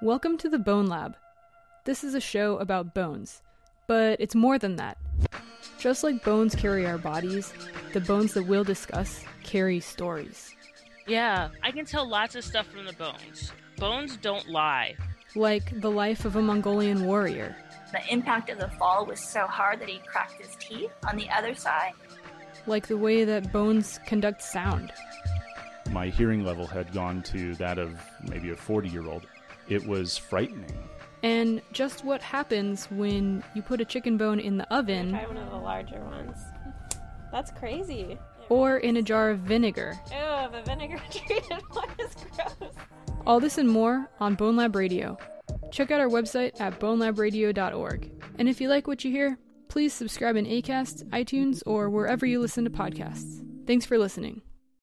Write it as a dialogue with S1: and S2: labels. S1: Welcome to the Bone Lab. This is a show about bones, but it's more than that. Just like bones carry our bodies, the bones that we'll discuss carry stories.
S2: Yeah, I can tell lots of stuff from the bones. Bones don't lie.
S1: Like the life of a Mongolian warrior,
S3: The impact of the fall was so hard that he cracked his teeth on the other side.
S1: like the way that bones conduct sound.
S4: my hearing level had gone to that of maybe a 40 year old. It was frightening.
S1: And just what happens when you put a chicken bone in the oven
S5: Try one of the larger ones. That's crazy.
S1: or in a jar of vinegar.
S5: Ew, the vinegar treated one is gross.
S1: All this and more on Bone Lab Radio. Check out our website at bonelabradio.org. And if you like what you hear, please subscribe in ACAST, iTunes, or wherever you listen to podcasts. Thanks for listening.